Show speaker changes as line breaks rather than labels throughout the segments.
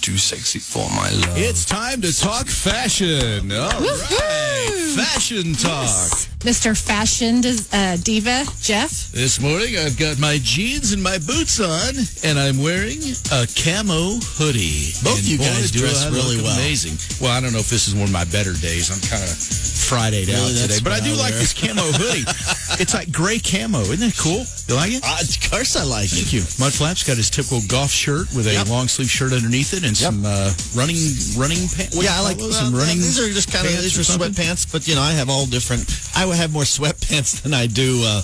Too sexy for my love.
It's time to talk fashion. All right.
Woohoo!
Fashion talk.
Mr. Fashion dis- uh, Diva, Jeff.
This morning I've got my jeans and my boots on, and I'm wearing a camo hoodie.
Both
And
you guys
do
dress
I look
really well.
Amazing. Well, I don't know if this is one of my better days. I'm kind of Fridayed out
Really, that's
today, but I
what
do
I
like
wear.
this camo hoodie. it's like gray camo. Isn't it cool? You like it?
Uh, of course I like it.
Thank you. Mudflap's got his typical golf shirt with a
Yep.
long sleeve shirt underneath it and some uh, running running pants.
Yeah, I like
some
well,
running.
These are just kind of
pants
these
or
are
something?
sweatpants, but you know I have all different. I would have more sweatpants than I do uh,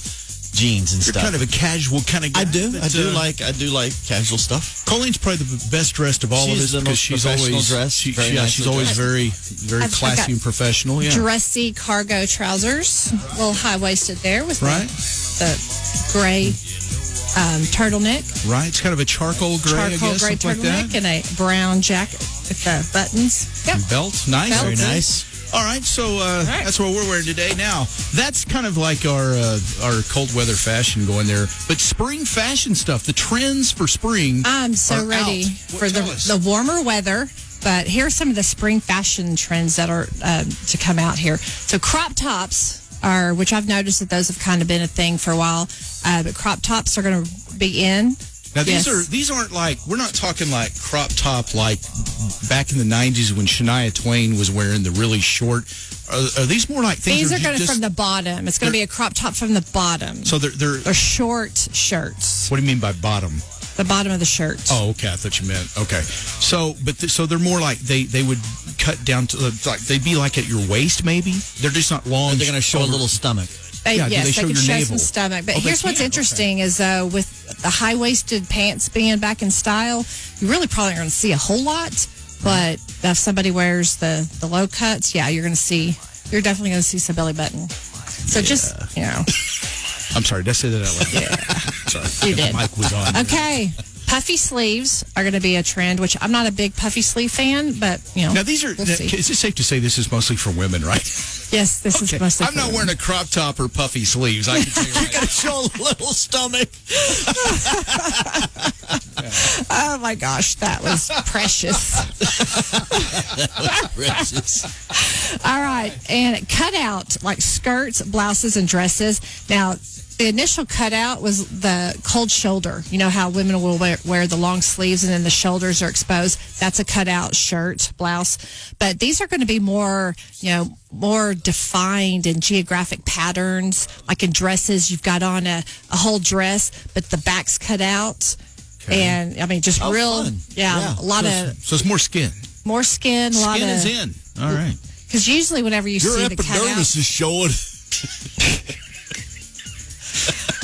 jeans and
You're
stuff.
kind of a casual kind of guy.
I do.
but,
I do
uh,
like. I do like casual stuff.
Colleen's probably the best dressed of all
She's
of
the
us because
most
she's
professional
always
dressed,
She,
very
yeah,
nicely
she's always
dressed.
very very
I've- I've
classy
got
and professional. Yeah,
Dressy cargo trousers, little high waisted there with the-
Right.
the, gray um, turtleneck,
right. It's kind of a charcoal gray, I
charcoal
guess,
gray
something like
turtleneck,
that.
and a brown jacket with the buttons. Yep.
Belt, nice,
Belt. Very
nice.
All right, so uh,
right.
that's what we're wearing today. Now that's kind of like our uh, our cold weather fashion going there, but spring fashion stuff. The trends for spring.
I'm so
are
ready
out. What-
for the,
tell us.
the warmer weather. But here are some of the spring fashion trends that are um, to come out here. So crop tops are, which I've noticed that those have kind of been a thing for a while. Uh, but crop tops are going to be in.
Now these
Yes.
are these aren't like we're not talking like crop top like back in the '90s when Shania Twain was wearing the really short. Are, are these more like things?
These
that
are going to
just-
from the bottom. It's going to be a crop top from the bottom.
So they're they're.
They're short shirts.
What do you mean by bottom?
The bottom of the shirt.
Oh, okay. I thought you meant okay. So, but th- so they're more like they they would cut down to uh, like they'd be like at your waist maybe. They're just not long.
They're going to show a
shoulder-
little stomach.
They,
Yeah, do
Uh, yes,
they
they,
show
can
your
show
navel?
some stomach. But
Oh, they
here's what's
can,
interesting is though with the high waisted pants being back in style, you really probably aren't going to see a whole lot. But if somebody wears the the low cuts, yeah, you're going to see. You're definitely going to see some belly button. So just you know,
I'm sorry. Did I say that out loud? Sorry.
You
The
did.
mic was on.
okay. Puffy sleeves are going to be a trend, which I'm not a big puffy sleeve fan, but you know.
Now these are.
We'll
now,
see.
is it safe to say this is mostly for women, right?
Yes, this
Okay.
is mostly.
I'm
for
not
women.
wearing a crop top or puffy sleeves. I can tell you right now.
show a little stomach.
Oh my gosh, that was precious.
Precious.
All right, and cutout like skirts, blouses, and dresses. Now, the initial cutout was the cold shoulder. You know how women will wear, wear the long sleeves and then the shoulders are exposed. That's a cutout shirt, blouse. But these are going to be more, you know, more defined in geographic patterns. Like in dresses, you've got on a, a whole dress, but the back's cut out. And I mean, just
Oh,
real,
fun.
yeah,
Yeah.
a lot of
So it's more skin.
more skin, a lot
Skin
of
is in. All right.
because usually whenever you see the cutout,
is showing.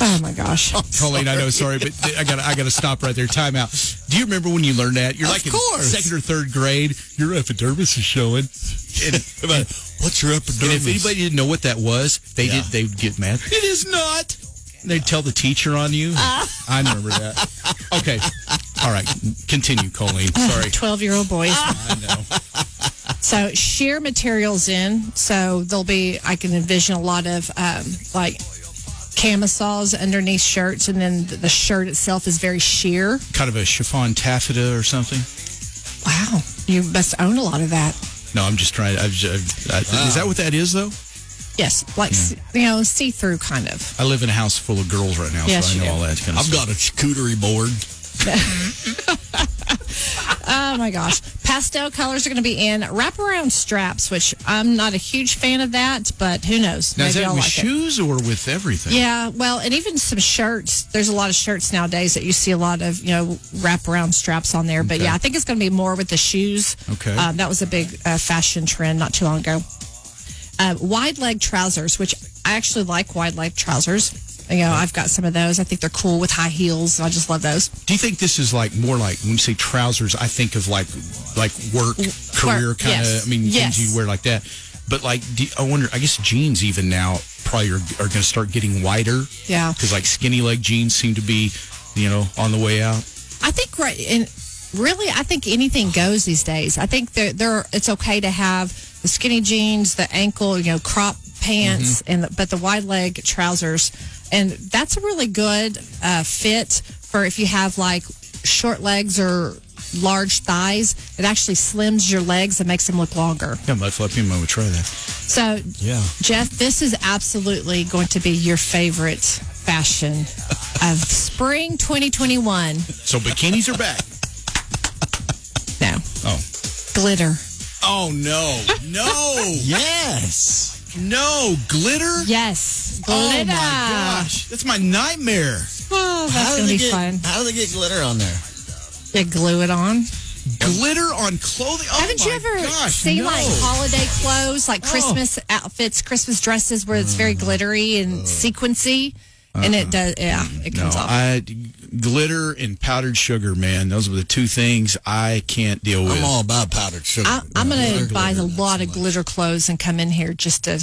oh my gosh,
Colleen, I know, sorry, but I got I got to stop right there. Time out. Do you remember when you learned that? You're
Of
like
course.
in second or third grade. Your epidermis is showing. And, and
What's your
if
epidermis?
anybody didn't know what that was, they
Yeah.
did. They would get mad. It is not. They'd tell the teacher on you.
Uh.
I remember that. Okay. All right. Continue, Colleen. Sorry. Ah.
twelve-year-old boys.
I know.
So sheer materials in, so there'll be. I can envision a lot of um, like camisoles underneath shirts, and then the the shirt itself is very sheer.
Kind of a chiffon taffeta or something.
Wow, you must own a lot of that.
No, I'm just trying. I've, i Is
Ah.
that what that is, though?
Yes, like s you know, see-through kind of.
I live in a house full of girls right now,
Yes,
so
you
I know
do.
all that kind of
I've
stuff.
got a charcuterie board.
Oh my gosh, pastel colors are going to be in wraparound straps, which I'm not a huge fan of that, but who knows?
Now, is
Maybe
that
I'll
with
like it.
shoes or with everything?
Yeah, well, and even some shirts. There's a lot of shirts nowadays that you see a lot of, you know, wraparound straps on there. But
Okay.
yeah, I think it's going to be more with the shoes.
Okay.
Um, that was a big uh, fashion trend not Um, too long ago. Uh, wide leg trousers, which I actually like wide leg trousers. You know, I've got some of those. I think they're cool with high heels. I just love those.
Do you think this is like more like when you say trousers? I think of like like work, career kind of.
yes.
I mean,
Yes.
things you wear like that. But like, do, I wonder. I guess jeans even now probably are, are going to start getting wider.
Yeah.
because like skinny leg jeans seem to be, you know, on the way out.
I think right and really, I think anything goes these days. I think they're, they're it's okay to have the skinny jeans, the ankle, you know, crop pants, and the, but the wide leg trousers, and that's a really good uh, fit for if you have like short legs or large thighs. It actually slims your legs and makes them look longer.
Yeah, mud flap. You might wanna try that.
So,
Yeah.
Jeff, this is absolutely going to be your favorite fashion of spring 2021.
So bikinis are back.
No,
Oh.
glitter.
Oh no! No!
Yes.
no! Glitter!
Yes, glitter.
Oh my gosh! That's my nightmare.
Oh, that's
do
gonna
they
be
get,
fun.
How do they get glitter on there?
They glue it on.
Glitter on clothing. Oh
Haven't
my
you ever
gosh,
seen
no. Oh.
like holiday clothes, like Christmas outfits, Christmas dresses, where it's
Uh-huh.
very glittery and sequency, and it does. Yeah, it
Mm, No,
comes off.
I glitter and powdered sugar, man. Those were the two things I can't deal with.
I'm all about powdered sugar.
I, I'm
No,
gonna
glitter,
buy a
not
lot
so
of
much.
glitter clothes and come in here just to.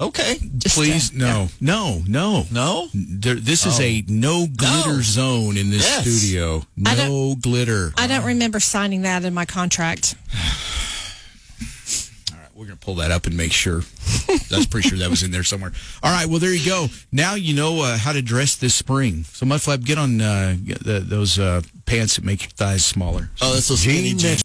Okay.
Please,
uh,
no, no, no,
No?
There, this is a no glitter
No.
zone in this
Yes.
studio.
I
No glitter.
I don't remember signing that in my contract.
We're gonna pull that up and make sure. That's pretty sure that was in there somewhere. All right, well there you go. Now you know uh, how to dress this spring. So Mudflap, get on uh, get the, those uh, pants that make your thighs smaller.
Oh, that's those skinny jeans.